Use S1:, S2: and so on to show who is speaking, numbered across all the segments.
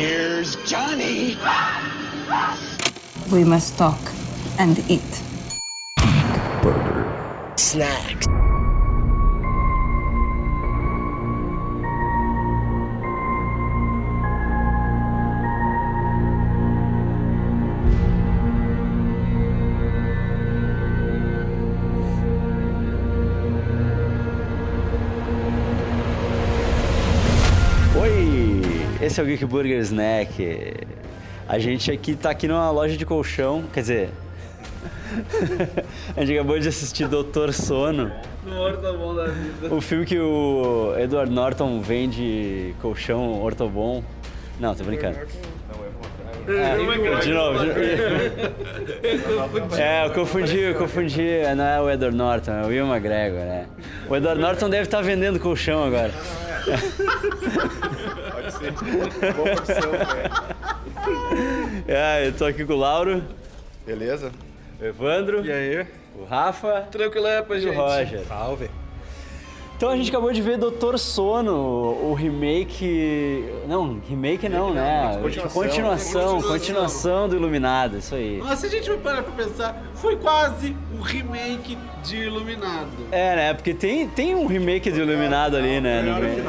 S1: Where's Johnny?
S2: We must talk and eat.
S1: Snacks.
S3: Oi, esse é o Geek Burger Snack. A gente aqui tá aqui numa loja de colchão, quer dizer, a gente acabou de assistir Doutor Sono,
S4: No ortobom da vida.
S3: o filme que o Edward Norton vende colchão ortobom. Não, tô brincando.
S4: é
S3: É, De novo, de novo. É, eu confundi, eu confundi. Não é o Edward Norton, é o Will McGregor, né? O Edward Norton deve estar vendendo colchão agora.
S5: Pode ser. Boa opção, velho.
S3: É, eu tô aqui com o Lauro,
S5: Beleza?
S3: o Evandro,
S4: E aí?
S3: o Rafa
S4: Tranquilo é pra
S3: e o
S4: gente.
S3: Roger.
S5: Salve.
S3: Então a gente acabou de ver Doutor Sono, o remake. Não, remake não, né? Continuação,
S5: continuação.
S3: continuação, do Iluminado, isso aí.
S4: Mas se a gente for parar pra pensar, foi quase o remake de Iluminado.
S3: É, né? Porque tem, tem um remake do Iluminado ali, né? No meio.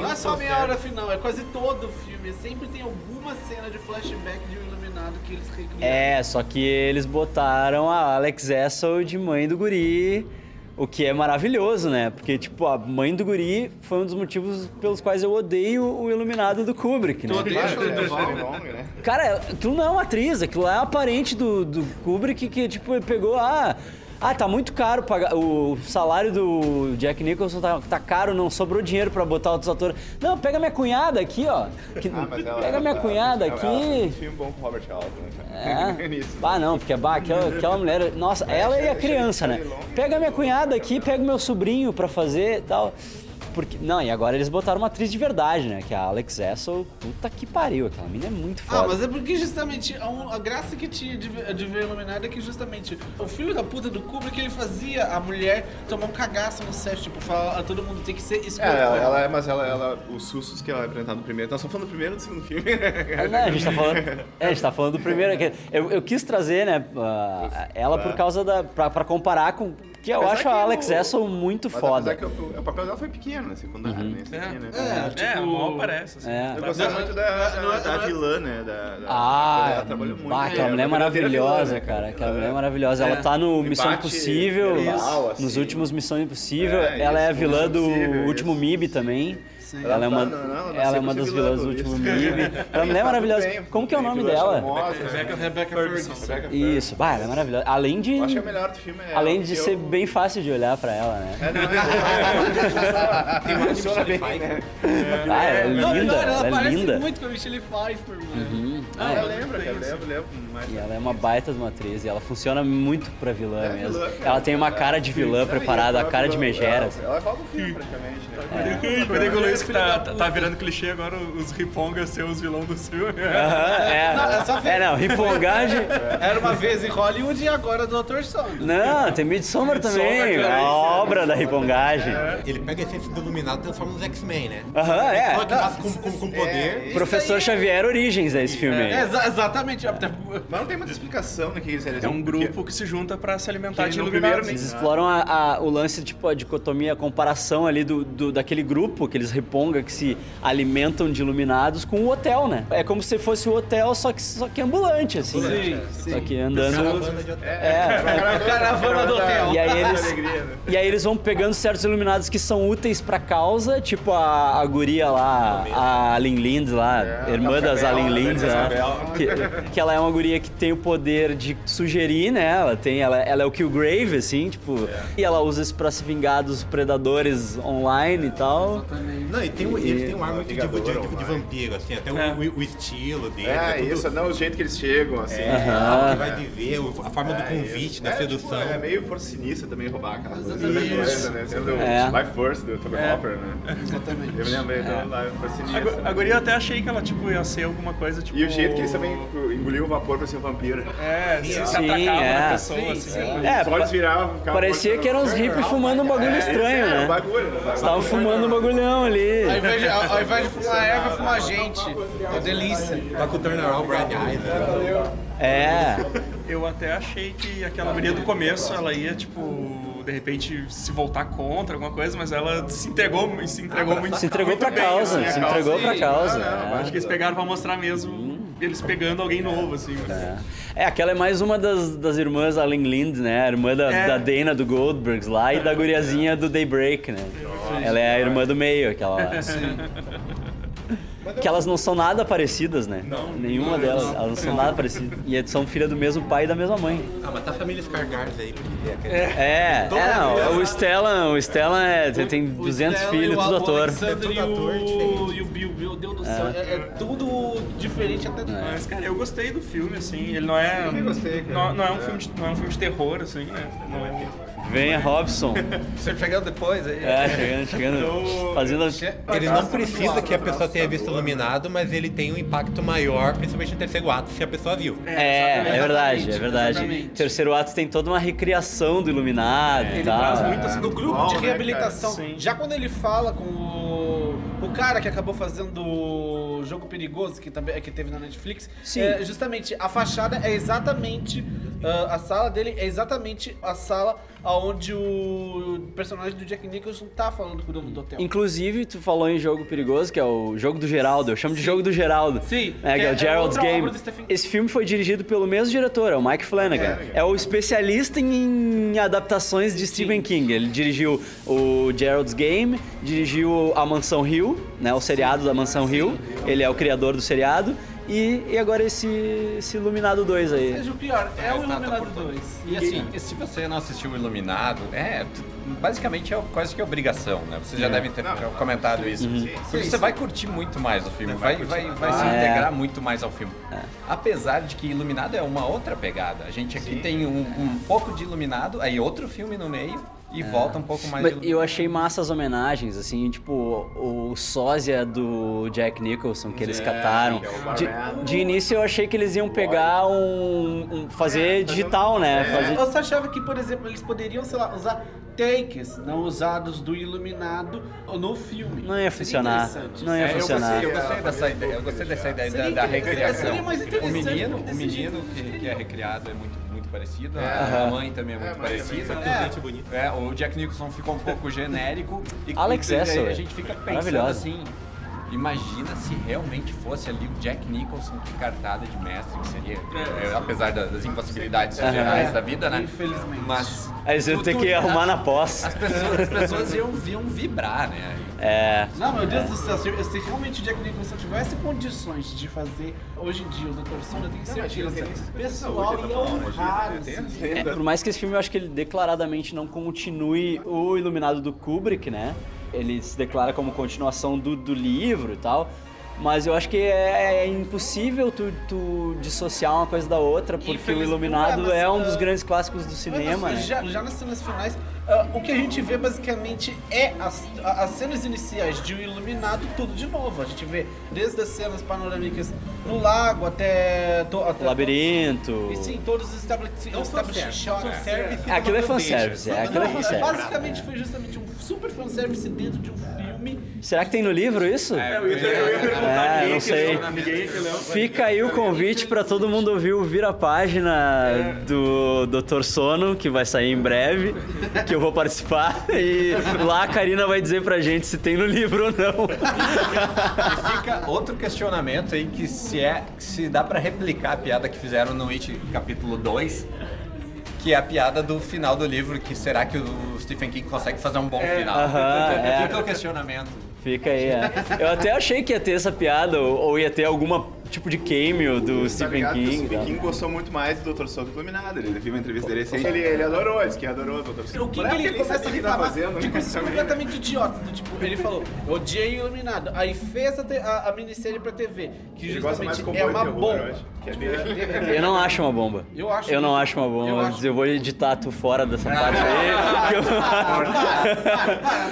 S4: Não é só meia hora final, é quase todo o filme. Sempre tem alguma cena de flashback de um Iluminado que eles recriam.
S3: É, só que eles botaram a Alex Essel de mãe do guri, o que é maravilhoso, né? Porque, tipo, a mãe do guri foi um dos motivos pelos quais eu odeio o Iluminado do Kubrick, né?
S4: Tu odeia?
S5: Claro, é, Shelley Long, né?
S3: Cara, aquilo não é uma atriz, aquilo é a parente do, do Kubrick que, tipo, ele pegou, ah, ah, tá muito caro pagar. O salário do Jack Nicholson tá, tá caro, não sobrou dinheiro pra botar outros atores. Não, pega minha cunhada aqui, ó. que-
S5: Ah, mas ela-
S3: pega minha
S5: ela-
S3: cunhada
S5: ela-
S3: aqui.
S5: ela fez um filme bom com o Robert Altman, né, cara?
S3: É?
S5: Nisso.
S3: Ah, não, porque bah, aquela, aquela mulher. Nossa, ela e a criança, né? Pega minha cunhada aqui, pega meu sobrinho pra fazer e tal. Porque, não, e agora eles botaram uma atriz de verdade, né? Que é a Alex Essel, puta que pariu, aquela mina é muito
S4: Ah,
S3: foda.
S4: mas é porque justamente a, um- a graça que tinha de, ver- de ver Iluminado é que justamente o filho da puta do Kubrick ele fazia a mulher tomar um cagaço no set, tipo, falar a todo mundo tem que ser escuro.
S5: É, ela, ela é, mas ela, ela, os sustos que ela é apresentada no primeiro. Nós estamos falando do primeiro e do segundo filme, né,
S3: É,
S5: cara?
S3: né, a, gente tá falando, é, a gente tá falando do primeiro. que Eu, eu quis trazer, né, ah, ela por causa da. Pra, pra comparar com. Que eu
S5: é. Apesar
S3: acho
S5: que
S3: a
S5: o-
S3: Alex Essel muito
S5: Mas
S3: foda. Uhum.
S5: apesar que o, o papel dela foi pequeno, né? Secundário, né? Isso aqui, né?
S4: É, tipo,
S6: É, mal parece, assim.
S3: É.
S5: Eu gostei
S4: Não,
S5: muito da,
S4: não é-
S5: da, da
S4: não é-
S5: vilã, né? Da, da-
S3: Ah,
S5: ela trabalhou muito.
S3: bah,
S5: né?
S3: aquela mulher
S5: Ela é uma verdadeira vilã,
S3: maravilhosa,
S5: né, É.
S3: cara. Aquela
S5: Ela-
S3: mulher é maravilhosa. Ela tá no
S5: Embate
S3: Missão Impossível,
S5: verbal, assim.
S3: nos últimos Missão Impossível.
S5: É,
S3: ela é a
S5: isso,
S3: vilã
S5: Missão
S3: do
S5: Impossível,
S3: último
S5: isso.
S3: MIB também. Ela,
S5: Ela
S3: é uma,
S5: tá- não, ela
S3: ela é
S5: nasceu
S3: uma
S5: pra
S3: das
S5: ser vilã
S3: vilãs do
S5: por
S3: último
S5: isso.
S3: MIB. Aquela mulher é
S5: Tá
S3: maravilhosa.
S5: tudo bem,
S3: Como que é o nome
S5: vilã né?
S3: dela?
S5: charmosa,
S4: Rebecca, Rebecca
S6: Ferguson.
S4: Ferguson.
S5: Rebecca Ferguson.
S3: Isso, bah, ela é maravilhosa. Além de,
S5: Eu acho que a melhor do filme é.
S3: além
S5: ela,
S3: de
S5: porque
S3: ser
S5: eu-
S3: bem fácil de olhar pra ela, né?
S5: É, não, é. é. Funciona bem, né?
S3: Ah, ela é
S4: Não,
S3: linda,
S4: não,
S3: ela,
S4: ela
S3: é
S4: parece
S3: linda.
S4: muito com a Michelle Pfeiffer, mano.
S3: Ah,
S5: Eu
S3: ela-
S5: lembro, cara. Lembro, lembro. Mas...
S3: E ela é uma baita de uma atriz e ela funciona muito pra vilã
S5: É
S3: mesmo.
S5: vilã, cara.
S3: ela tem uma cara de vilã
S5: Não, e
S3: preparada, a
S5: própria
S3: cara de
S5: vilã-
S3: megera. assim.
S5: é Ela, ela rouba o filme, praticamente, né?
S6: Cuidei com o Luiz que tá, tá- tá virando clichê agora os ripongas ser os vilões do filme.
S3: Aham, é.
S4: Não, é só ver. É.
S3: é, não, ripongagem.
S4: Era uma vez em Hollywood e agora é do Dr. Sono.
S3: Não, tem Midsommar também,
S6: cara,
S3: a
S6: isso é
S3: obra da ripongagem.
S7: Ele pega a essência do iluminado e transforma nos X-Men, né?
S3: Aham, é.
S7: Só que nasce com, com, com poder.
S5: isso
S3: Professor
S4: aí é-
S3: Xavier Origens é esse filme
S4: É,
S3: aí.
S4: exa- exatamente. Até-
S5: Mas não tem muita explicação no que eles
S6: É um grupo que se junta pra se alimentar de iluminados.
S3: Eles exploram a- a- o lance, tipo, a dicotomia, a comparação ali do, do- daquele grupo, aqueles riponga que se alimentam de iluminados com o hotel, né? É como se fosse o hotel, só que, só que ambulante, assim. né? Só que andando.
S7: Caravana de hotel.
S3: É,
S4: Caravana do hotel.
S3: E aí eles,
S5: alegria, né?
S3: e aí eles vão pegando certos iluminados que são úteis pra causa, tipo a, a guria lá, a Alin Lind lá, irmã
S5: a
S3: das
S5: Isabel,
S3: Alin
S5: a
S3: Lind lá, que, que ela é uma guria que tem o poder de sugerir, né? Ela tem, ela, ela é o Killgrave, assim, tipo, e ela usa isso pra se vingar dos predadores online e tal.
S7: Não, e tem um, ele tem um ar muito de, de,
S5: Vingador,
S7: de- de
S5: ó,
S7: vampiro, assim, até o, o- o estilo dele.
S5: É,
S7: tudo-
S5: isso, não, o jeito que eles chegam, assim.
S7: É,
S3: Aham.
S7: o que vai viver, o- a forma do convite, da
S5: É,
S7: sedução.
S5: tipo, é meio força sinistra também roubar aquela coisa.
S4: Exatamente.
S5: coisa, né? Sendo
S3: É. É.
S5: o Life Force do Toby Hopper, né?
S4: Exatamente.
S5: Eu me então, lembrei do Life Force
S6: A,
S5: sinistra.
S6: gu- a guria eu até achei que ela tipo, ia ser alguma coisa tipo.
S5: né? E o jeito que eles também tipo, engoliam o vapor pra ser um vampiro.
S6: É, se, se
S3: Sim,
S6: atacava
S3: é.
S6: na pessoa, assim.
S3: É,
S5: Só
S3: pa-
S5: eles viravam, ficavam
S3: parecia
S5: mortos,
S3: que eram uns
S5: né?
S3: hippies fumando um bagulho estranho,
S5: É, um
S3: né?
S5: bagulho, né?
S3: Estavam fumando um bagulhão ali, aí.
S4: Ao invés de, ao, ao invés de fumar erva, fumar gente. É uma delícia.
S7: Tá com o Turnaround Bright Eyes,
S5: é,
S7: né?
S3: É.
S6: Eu até achei que aquela guria do começo, ela ia, tipo, de repente se voltar contra alguma coisa, mas ela se entregou, se entregou muito
S3: Se entregou
S6: muito
S3: pra
S6: bem,
S3: causa,
S6: assim, a
S3: se entregou pra né?
S6: e-
S3: causa,
S6: Ah, não,
S3: é.
S6: Acho que eles pegaram pra mostrar mesmo eles pegando alguém novo, assim. mas-
S3: É, aquela é mais uma das, das irmãs Allen Lind, né? A irmã da,
S6: É.
S3: da Dana do Goldbergs lá e da guriazinha do Daybreak, né? Ela é a irmã do meio, aquela lá. Que elas não são nada parecidas, né?
S6: Não.
S3: Nenhuma
S6: Não,
S3: delas.
S6: não.
S3: Elas não são nada parecidas. E são filha do mesmo pai e da mesma mãe.
S5: é.
S7: Ah, mas tá a família Scargars aí. porque-
S3: É, é não, o Stellan, o Stellan é, tem- tem 200
S4: Stella e
S3: filhos,
S4: o
S3: tudo ator.
S4: Alexander
S7: É tudo ator
S4: e o,
S7: diferente.
S4: e o Bill, meu Deus do céu. É, é tudo diferente
S3: É.
S4: até
S6: Mas, cara, eu gostei do filme, assim. Ele não é.
S5: também gostei, cara.
S6: Não, não é um filme de, não é um filme de terror, assim, né? Não é.
S3: Vem a Robson.
S4: Você pegou depois aí.
S3: É, chegando, chegando. Fazendo.
S7: Ele não precisa que a pessoa tenha visto iluminado, mas ele tem um impacto maior, principalmente no terceiro ato, se a pessoa viu.
S3: É, é verdade, é verdade.
S4: exatamente.
S3: Terceiro ato tem toda uma recriação do Iluminado e
S6: Ele
S3: tal.
S8: Ah,
S6: traz muito assim
S4: No
S6: do
S4: grupo
S5: Uau,
S4: de
S5: né,
S4: reabilitação,
S6: cara? Sim.
S4: já quando ele fala com o, o cara que acabou fazendo o jogo perigoso que também que teve na Netflix,
S3: Sim.
S4: é, justamente a fachada é exatamente ah, a sala dele é exatamente a sala aonde o personagem do Jack Nicholson tá falando com o dono do hotel.
S3: Inclusive, tu falou em jogo perigoso, que é o jogo do Geraldo. Eu chamo de jogo do Geraldo.
S4: Sim,
S3: É, que é,
S4: é-
S3: o
S4: é
S3: Gerald's
S4: outra
S3: Game.
S4: obra do Stephen King.
S3: Esse filme foi dirigido pelo mesmo diretor, é o Mike Flanagan. É, o especialista em adaptações de Stephen King. Ele dirigiu o Gerald's Game, dirigiu a Mansão Hill, né? O seriado da Mansão Hill. Ele é o criador do seriado. E, e agora esse, esse Iluminado 2 aí.
S4: Seja o pior, é o Iluminado 2.
S8: E assim, e se você não assistiu o Iluminado, é. tu- Basicamente é quase que obrigação, né? Vocês já devem ter comentado isso. Porque você vai curtir muito mais o filme, vai, vai, vai se
S3: mais.
S8: integrar muito mais ao filme. Apesar de que Iluminado é uma outra pegada. A gente aqui tem um, um pouco de Iluminado, aí outro filme no meio e volta um pouco mais
S3: Mas
S8: de
S3: eu
S5: é.
S8: Iluminado.
S3: achei massa as homenagens, assim, tipo, o, o sósia do Jack Nicholson que eles cataram.
S5: que é o
S3: De,
S5: Barman.
S3: de início eu achei que eles iam pegar um. um- fazer
S8: É,
S3: digital, né?
S8: um-
S3: Fazer-
S4: Eu só achava que, por exemplo, eles poderiam, sei lá, usar takes não usados do Iluminado no filme.
S3: Não
S4: Seria
S3: ia funcionar.
S4: interessante.
S3: Não ia
S8: É, eu
S3: funcionar.
S8: gostei, eu gostei dessa ideia, eu gostei dessa ideia da,
S4: Seria
S8: da
S4: interessante,
S8: recriação.
S4: seria mais
S8: O
S4: interessante né?
S8: menino,
S4: do que
S8: o
S4: decidir.
S8: menino que, que é recriado é muito, muito parecido, a mãe também é muito
S5: mãe também,
S8: parecida.
S5: né?
S8: É,
S7: Gente bonita.
S8: É, o Jack Nicholson ficou um pouco genérico. E,
S3: Alex
S8: e,
S3: Esser,
S8: a gente fica pensando
S3: maravilhosa.
S8: assim, imagina se realmente fosse ali o Jack Nicholson que cartada de mestre, que seria, é, apesar da- das impossibilidades gerais da vida, né?
S4: Infelizmente.
S8: Mas...
S3: Aí eles iam ter que
S8: É. tudo- né?
S3: arrumar na pós.
S8: As pessoas, as pessoas iam, iam vibrar, né?
S3: É.
S4: Não, meu Deus do céu, se, se realmente o Jack Nicholson tivesse condições de fazer hoje em dia o Dr. Sono, eu tenho certeza. O pessoal tá ia honrar esse-
S3: É, por mais que esse filme eu acho que ele declaradamente não continue o Iluminado do Kubrick, né? Ele se declara como continuação do, do livro e tal. Mas eu acho que é, é impossível tu, tu dissociar uma coisa da outra, porque o
S4: Infeliz-
S3: Iluminado
S4: Ué, mas,
S3: é um
S4: ah,
S3: dos grandes clássicos do
S4: Mas,
S3: cinema,
S4: assim,
S3: né?
S4: já, já nas cenas finais, ah, o que a gente vê basicamente é as, a- as cenas iniciais de O Iluminado tudo de novo. A gente vê desde as cenas panorâmicas no lago até... to- até
S3: O Labirinto.
S4: E sim, todos os estabelecimentos...
S7: Service
S3: Aquilo é
S7: do ambiente.
S3: fanservice, é, aquilo é
S4: Não, é,
S3: fanservice.
S4: basicamente foi justamente um super fanservice dentro de um filme.
S3: Será que tem no livro isso?
S6: Eu ia, eu ia
S3: É,
S6: perguntar ninguém
S3: não
S6: que
S3: sei.
S6: leu,
S5: é
S6: ninguém que leu.
S3: Fica aí o convite pra todo mundo ouvir o Vira
S5: É.
S3: Página do Dr. Sono, que vai sair em breve, que eu vou participar. E lá a Karina vai dizer pra gente se tem no livro ou não.
S8: Fica outro questionamento aí que se é se dá pra replicar a piada que fizeram no It capítulo 2, que é a piada do final do livro, que será que o Stephen King consegue fazer um bom final?
S3: aham, é.
S8: Fica o questionamento.
S3: Fica aí, é. Eu até achei que ia ter essa piada, ou ou ia ter alguma tipo de cameo do
S5: Tá
S3: Stephen
S5: ligado que o
S3: King. né? e
S5: Stephen
S3: tal.
S5: King gostou muito mais do Dr. Sono do Iluminado. Ele viu uma entrevista dele recente. Ele, ele adorou, disse que adorou o Dr. Sono.
S4: O que, que ele começa a
S5: tá
S4: reclamar
S5: né?
S4: de coisas
S5: completamente.
S4: completamente idiotas. do tipo, ele falou, odiei Iluminado. Aí fez a, te- a- a minissérie pra TV, que
S5: Ele gosta mais
S4: justamente
S5: de
S4: é
S5: compor
S4: uma
S5: terror, eu
S4: bomba.
S5: acho. Que é dele.
S3: Eu não acho uma bomba.
S4: Eu acho
S3: Eu não
S4: muito-
S3: acho uma bomba.
S4: eu
S3: mas
S4: acho-
S3: eu vou editar tu fora dessa
S5: É.
S3: parte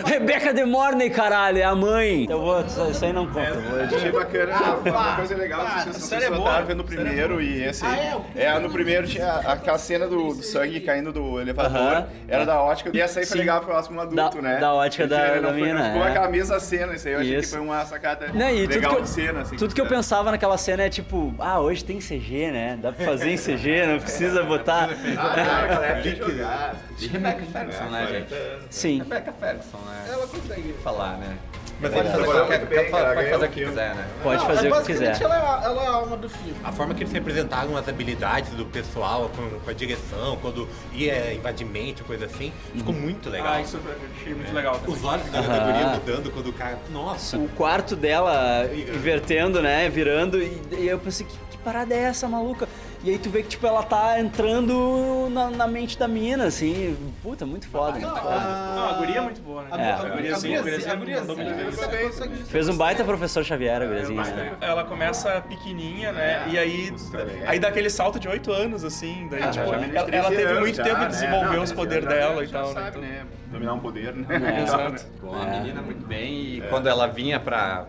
S3: aí. Rebeca de Morney, caralho, é a mãe. Eu vou. Isso aí não conta. eu vou
S5: Achei bacana, Ah, uma coisa legal não sei se
S6: a
S5: vocês
S6: série é boa.
S5: notaram vendo o primeiro e esse aí.
S4: Ah, é?
S5: é, no primeiro tinha a- aquela cena do, do sangue caindo do elevador.
S3: Aham.
S5: Era da ótica. E essa aí foi
S3: Sim.
S5: legal pro próximo adulto,
S3: Da-
S5: né?
S3: da ótica da-
S5: não
S3: da
S5: foi-
S3: mina,
S5: Não ficou
S3: é.
S5: aquela mesma cena, isso aí. Eu achei que
S3: Isso.
S5: foi uma sacada
S3: Não, e tudo
S5: legal
S3: que eu,
S5: de cena, assim.
S3: tudo que eu pensava naquela cena é tipo, ah, hoje tem CG, né? Dá pra fazer em CG, não
S5: É,
S3: precisa botar.
S5: Ah, galera, tem que jogar.
S8: De Rebecca Ferguson, né, gente?
S3: Sim.
S8: Rebecca Ferguson, né? Ela consegue falar, né?
S7: Mas
S8: Pode
S7: ele
S8: fazer,
S5: trabalhou
S7: trabalhou.
S8: qualquer,
S5: muito bem, cara,
S8: pode fazer
S5: ganhou
S8: o que
S5: o filme.
S8: quiser, né?
S3: Pode
S4: Não, é
S3: fazer o que quiser.
S4: Basicamente, ela é, a- ela é a alma do filme.
S7: A forma que eles representavam as habilidades do pessoal com, com a direção, quando ia invadimento, coisa assim, ficou muito legal.
S6: Ah, isso eu achei muito legal. também.
S7: Os olhos da
S3: Aham.
S7: categoria mudando quando o cara. Nossa!
S3: é O quarto dela invertendo, né? Virando. E, e eu pensei, que, que parada é essa, maluca? E aí tu vê que, tipo, ela tá entrando na, na mente da mina, assim. Puta, muito
S5: Ah,
S3: foda. muito foda.
S6: Não, a guria é muito boa, né?
S4: A,
S3: É.
S4: a, a,
S6: guriazinha- a guriazinha
S4: a
S6: mandou muito
S4: guriazinha,
S6: bem.
S4: ela consegue
S3: Fez um baita professor Xavier, a
S5: É,
S3: guriazinha.
S6: Mas,
S3: né?
S6: né, Ela começa pequenininha, né? E aí,
S5: também.
S6: aí dá aquele salto de 8 anos, assim. Daí,
S5: Ah,
S6: tipo,
S3: já
S5: Menina de
S6: ela,
S5: 13
S6: ela teve
S5: anos
S6: muito
S5: já,
S6: tempo
S5: né?
S6: de desenvolver
S5: Não,
S6: os
S5: 13
S6: poderes
S5: anos,
S6: dela
S5: né?
S6: e
S5: Já
S6: tal. né?
S5: sabe,
S6: Então-
S5: né? Dominar um poder, né?
S3: É.
S6: Exato.
S8: Bom, a menina muito bem e quando ela vinha pra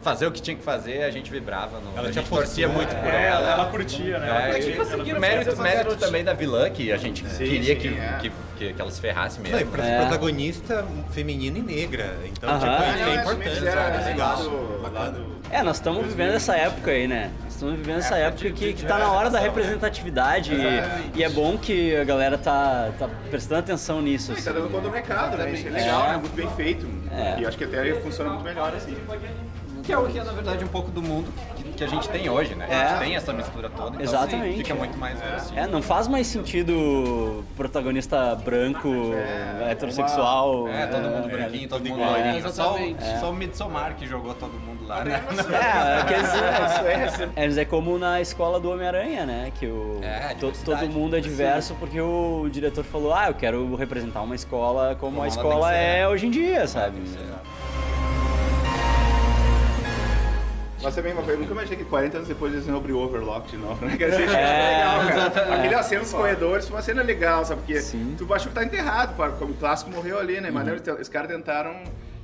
S8: fazer o que tinha que fazer, a gente vibrava. No,
S7: Ela
S8: a
S7: tinha
S8: gente torcia muito por
S6: É,
S8: ela.
S6: ela, ela curtia, né? Ela
S8: É,
S6: curtia.
S8: e mérito, mérito também da vilã, que a gente queria
S5: sim,
S8: que,
S5: é.
S8: que, que, que ela se ferrasse mesmo.
S7: Não, e pra ser
S3: É.
S7: protagonista feminina e negra. Então,
S3: Aham.
S7: tipo, isso
S5: Não,
S7: é
S5: é,
S7: importante,
S5: mas é
S6: né?
S7: sabe? É legal.
S5: do- lá
S7: Bacana.
S3: É, nós estamos vivendo essa época aí, né? Nós Estamos vivendo
S8: É,
S3: essa época que, que tá na hora da representatividade e, e é bom que a galera tá, tá prestando atenção nisso.
S5: Tá
S3: assim.
S5: dando conta do mercado, né? Isso é legal, né? Muito bem feito.
S3: É.
S5: E acho que até funciona muito melhor assim.
S8: Que é o que é, na verdade, um pouco do mundo que, que a gente tem hoje, né? A
S3: É.
S8: gente tem essa mistura toda, então
S3: Exatamente.
S8: fica muito mais assim, verossímil.
S3: É, não faz mais sentido protagonista branco, heterossexual.
S8: É, todo mundo branquinho, todo mundo
S5: É,
S8: loirinho. Só, o- só o Midsommar que jogou todo mundo lá, né?
S3: É, aqueles-
S5: Suécia.
S3: é, mas é como na escola do Homem-Aranha, né? Que o,
S8: É, a
S3: to-
S8: diversidade.
S3: todo mundo é diverso porque o diretor falou: ah, eu quero representar uma escola como,
S8: Como
S3: a
S8: ela tem
S3: escola
S8: que ser,
S3: é
S8: né?
S3: hoje em dia, sabe?
S5: Mas também, uma coisa, eu nunca imaginei que 40 anos depois eles iam abrir o Overlock de novo, né? Quer dizer, achei
S3: É,
S5: legal, cara. Aquele cena dos corredores foi uma cena legal, sabe? Porque
S3: Sim. Uhum.
S5: tu achou que tá enterrado, pá, como o clássico morreu ali, né? Mas não, eles- os caras tentaram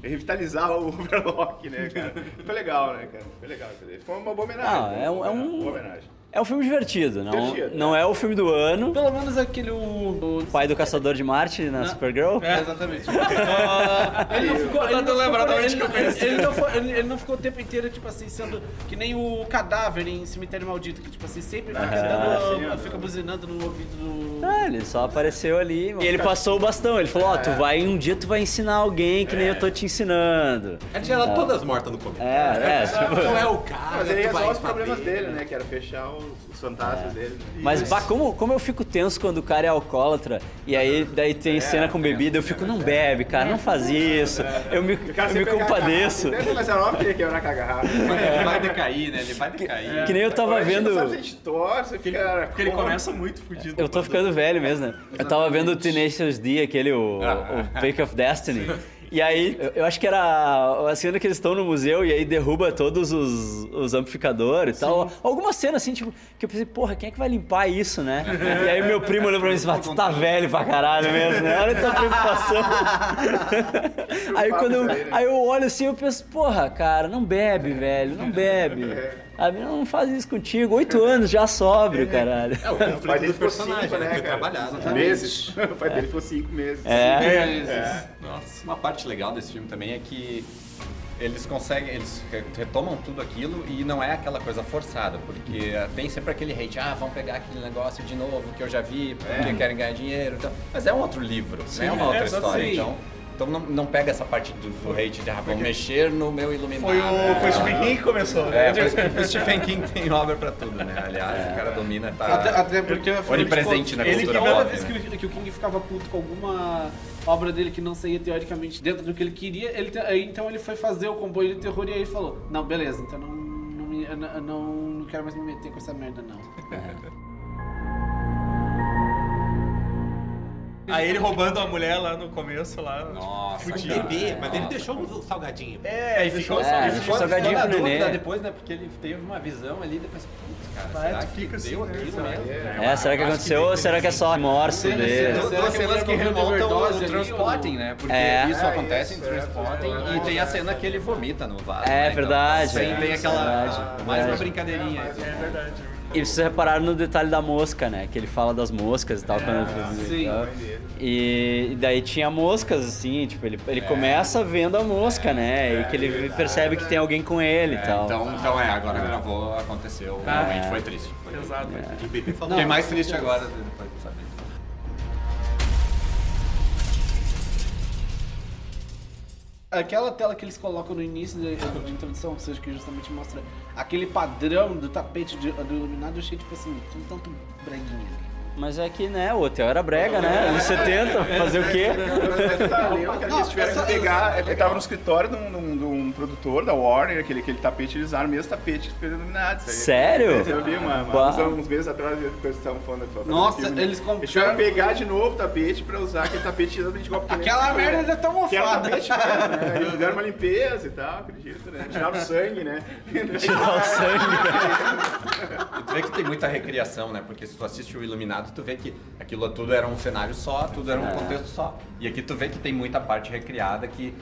S5: revitalizar o Overlock, né, cara? Foi legal, né, cara? Foi legal. quer dizer, Foi uma boa homenagem. né?
S3: Ah, é um- é um-
S5: Boa homenagem.
S3: É um filme divertido, não,
S5: Divertido,
S3: não é o filme do ano.
S4: Pelo menos aquele. O, o-
S3: Pai do Caçador de Marte na Supergirl.
S4: É, exatamente. Ah, ele não ficou. Ele não ficou,
S6: lembrado da onde
S4: ele,
S6: que eu
S4: não- ele não foi- ele- ele não ficou o tempo inteiro, tipo assim, sendo que nem o cadáver em Cemitério Maldito, que, tipo assim, sempre fica, dando, fica buzinando no ouvido do.
S3: Ah, ele só apareceu ali. E ele passou o bastão. Ele falou: Ó, tu vai um dia tu vai ensinar alguém que nem eu tô te ensinando.
S7: Ela tinha ela todas mortas no começo.
S3: É, é. tipo-
S7: Não é o
S8: Ah,
S7: cara.
S5: Mas ele
S7: tu vai
S5: resolve os
S7: saber.
S5: problemas dele, né? Que era fechar os, os fantasmas dele. né?
S3: É. Mas bah, como, como eu fico tenso quando o cara é alcoólatra e aí daí tem cena com bebida, eu fico, não bebe, cara, não faz isso. Eu me,
S5: O cara
S3: eu me
S5: sempre pega a garrafa.
S3: compadeço.
S5: Deve ser mais aeróbico que ele quebrar com a garrafa.
S8: Ele vai decair, né? Ele vai decair.
S5: É.
S3: Que nem eu tava
S5: Agora a gente não
S3: vendo.
S5: sabe se a gente torce, fica...
S6: Porque ele começa muito fudido.
S3: Eu tô ficando velho mesmo, né? Eu tava vendo o Tenacious D, aquele, o, o Pick of Destiny. E aí, eu- eu acho que era a cena que eles estão no museu e aí derruba todos os, os amplificadores e tal. Alguma cena assim, tipo, que eu pensei, porra, quem é que vai limpar isso, né? E aí meu primo olhou pra mim e disse, "Ah, tu tá velho pra caralho mesmo, né? Olha a tua preocupação. aí quando eu, aí eu olho assim, eu penso, porra, cara, não bebe, velho, não bebe. A mina não faz isso contigo, oito anos já sóbrio, caralho.
S7: É o conflito
S5: dele
S7: dos
S5: ficou cinco,
S7: personagens, né?
S5: né,
S7: Foi
S5: cara?
S7: trabalhado.
S5: Meses. O pai dele ficou cinco meses.
S3: É.
S8: Nossa, uma parte legal desse filme também é que eles conseguem, eles re- retomam tudo aquilo e não é aquela coisa forçada,
S6: Uhum.
S8: porque ah, tem sempre aquele hate, ah, vão pegar aquele negócio de novo que eu já vi, porque querem ganhar dinheiro, e tal. mas é um outro livro, né? é uma outra
S6: é, só
S8: história,
S6: sim.
S8: então, então não, não pega essa parte do, do hate de, ah, vão mexer no meu iluminado. né?
S6: Foi o, foi o Stephen King que começou. né?
S8: É, foi- o Stephen King tem obra pra tudo, né? Aliás, o cara domina, tá...
S4: Até, até porque afinal de
S8: Onipresente na
S4: contas, ele,
S8: cultura
S4: Toda
S8: pop,
S4: vez
S8: né?
S4: que, o- que o King ficava puto com alguma obra dele que não saía teoricamente dentro do que ele queria, ele, te- aí, então ele foi fazer o comboio de terror e aí falou: Não, beleza, então não, não, me- eu não, eu não, não quero mais me meter com essa merda, não.
S6: Aí ele roubando a mulher lá no começo, lá.
S8: Nossa,
S7: Um
S8: cara.
S7: bebê, mas ele deixou um salgadinho.
S6: É, aí ficou
S3: deixou- é,
S6: assim.
S3: deixou- salgadinho
S8: na
S3: pro
S8: dúvida
S3: neném.
S8: depois, né? Porque ele teve uma visão ali, depois, putz, cara,
S6: Vai,
S8: será
S6: tu
S8: que
S6: fica assim,
S8: deu
S6: né?
S8: aquilo
S6: Será?
S8: mesmo?
S3: É, será que aconteceu ou será que é só remorso dele?
S8: Duas-
S4: Será
S8: Duas
S4: que
S8: cenas
S4: ele
S8: Então, assim, que
S4: morreu de
S8: remontam o
S4: overdose ali,
S8: Transpotting, né? Porque
S3: É.
S8: isso
S5: É,
S8: acontece
S5: isso,
S8: em
S5: é,
S8: Transpotting.
S5: é,
S8: e
S5: é.
S8: tem a cena que ele vomita no vaso.
S3: É,
S8: né? Então,
S3: verdade,
S8: Tem,
S3: é.
S8: tem aquela.
S3: Verdade, Então.
S8: mais uma
S3: verdade.
S8: brincadeirinha. aí.
S6: É verdade.
S3: E vocês repararam no detalhe da mosca, né? Que ele fala das moscas e tal. quando ele-
S4: sim.
S3: tal. E, e daí tinha moscas, assim, tipo, ele, ele começa vendo a mosca, né? e que ele percebe que tem alguém com ele e
S8: É,
S3: tal.
S8: então, então é, agora gravou, aconteceu. Realmente foi triste. Foi
S6: Exato.
S8: Fiquei mais triste agora depois de saber.
S4: Aquela tela que eles colocam no início da da introdução, ou seja, que justamente mostra aquele padrão do tapete de- do iluminado, eu achei tipo assim, um tanto breguinha.
S3: Mas é que, né, o hotel era brega, né? Anos 70, fazer o quê?
S5: Valeu, cara, tá que eles tiveram
S4: essa-
S5: que pegar. Ele tava no escritório de um, de um- de um produtor da Warner, aquele, aquele tapete, eles usaram o mesmo tapete que fez iluminado.
S3: Sério?
S5: Eu vi uma, uma
S3: Bah.
S5: uns, uns meses atrás, eles estavam falando falando
S4: Nossa,
S5: do
S4: eles compraram-
S5: Eles tiveram que pegar de novo o tapete pra usar aquele tapete exatamente igual porque
S4: Aquela merda ainda tá
S5: Que era o
S4: mofada.
S5: tapete mesmo, né? Eles deram uma limpeza e tal, acredito, né? Tiraram o sangue, né?
S3: Tirar o sangue.
S8: E tu vê que tem muita recriação, né? Porque se tu assiste o Iluminado, tu vê que aquilo tudo era um cenário só, tudo era um contexto só. E aqui tu vê que tem muita parte recriada que.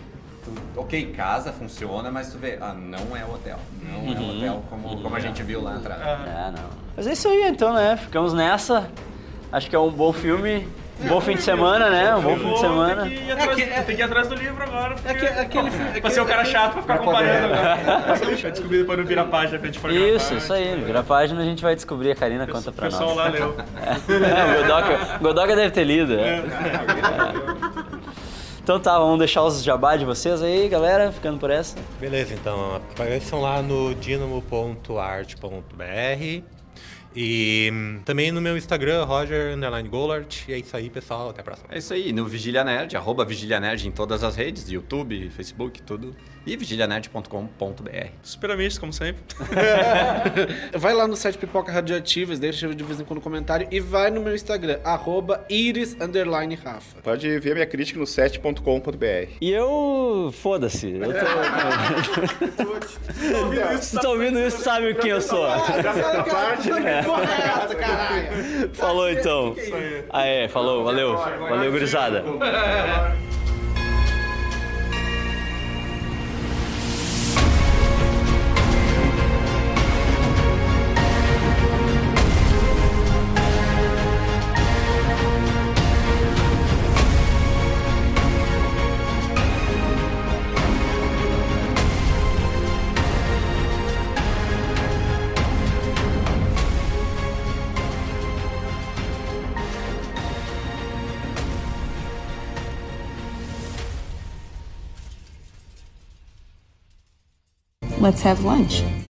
S8: Tu, ok, casa funciona, mas tu vê, ah, não é hotel. Não é hotel como, como a gente viu lá atrás.
S3: É, não. Mas é isso aí, então, né? Ficamos nessa. Acho que é um bom filme. Um bom fim de semana, né? Um bom fim de semana.
S6: Tem que ir atrás, tem que ir atrás do livro agora. Porque...
S4: É que- é aquele filme- é
S6: Pra ser o cara
S4: aquele-
S6: chato pra ficar comparando agora. Eu descobri depois não vira a página pra gente falar.
S3: Isso, isso aí. Vira a página, a gente vai descobrir. A Karina conta
S6: O
S3: pra
S6: pessoal
S3: nós.
S6: lá leu.
S3: É, o Godoka, o Godoka deve ter lido. é. Então tá, vamos deixar os jabá de vocês aí, galera, ficando por essa.
S7: Beleza, então apareçam lá no dinamo.art.br e hum, também no meu Instagram, Roger underline Gollart. E é isso aí, pessoal. Até a próxima.
S8: É isso aí, no Vigília Nerd, arroba Vigília Nerd em todas as redes, YouTube, Facebook, tudo. E vigilianerd.com.br.
S6: Super amigos, como sempre.
S4: Vai lá no site Pipoca Radioativas, deixa de vez em quando um comentário e vai no meu Instagram, arroba iris underline Rafa.
S5: Pode ver minha crítica no set.com.br.
S3: E eu. Foda-se. Eu tô, se tu tá ouvindo isso, sabe quem eu sou.
S5: Essa parte, né?
S4: é
S3: Falou então. Aê, falou, valeu. Valeu, gurizada.
S2: Let's have lunch.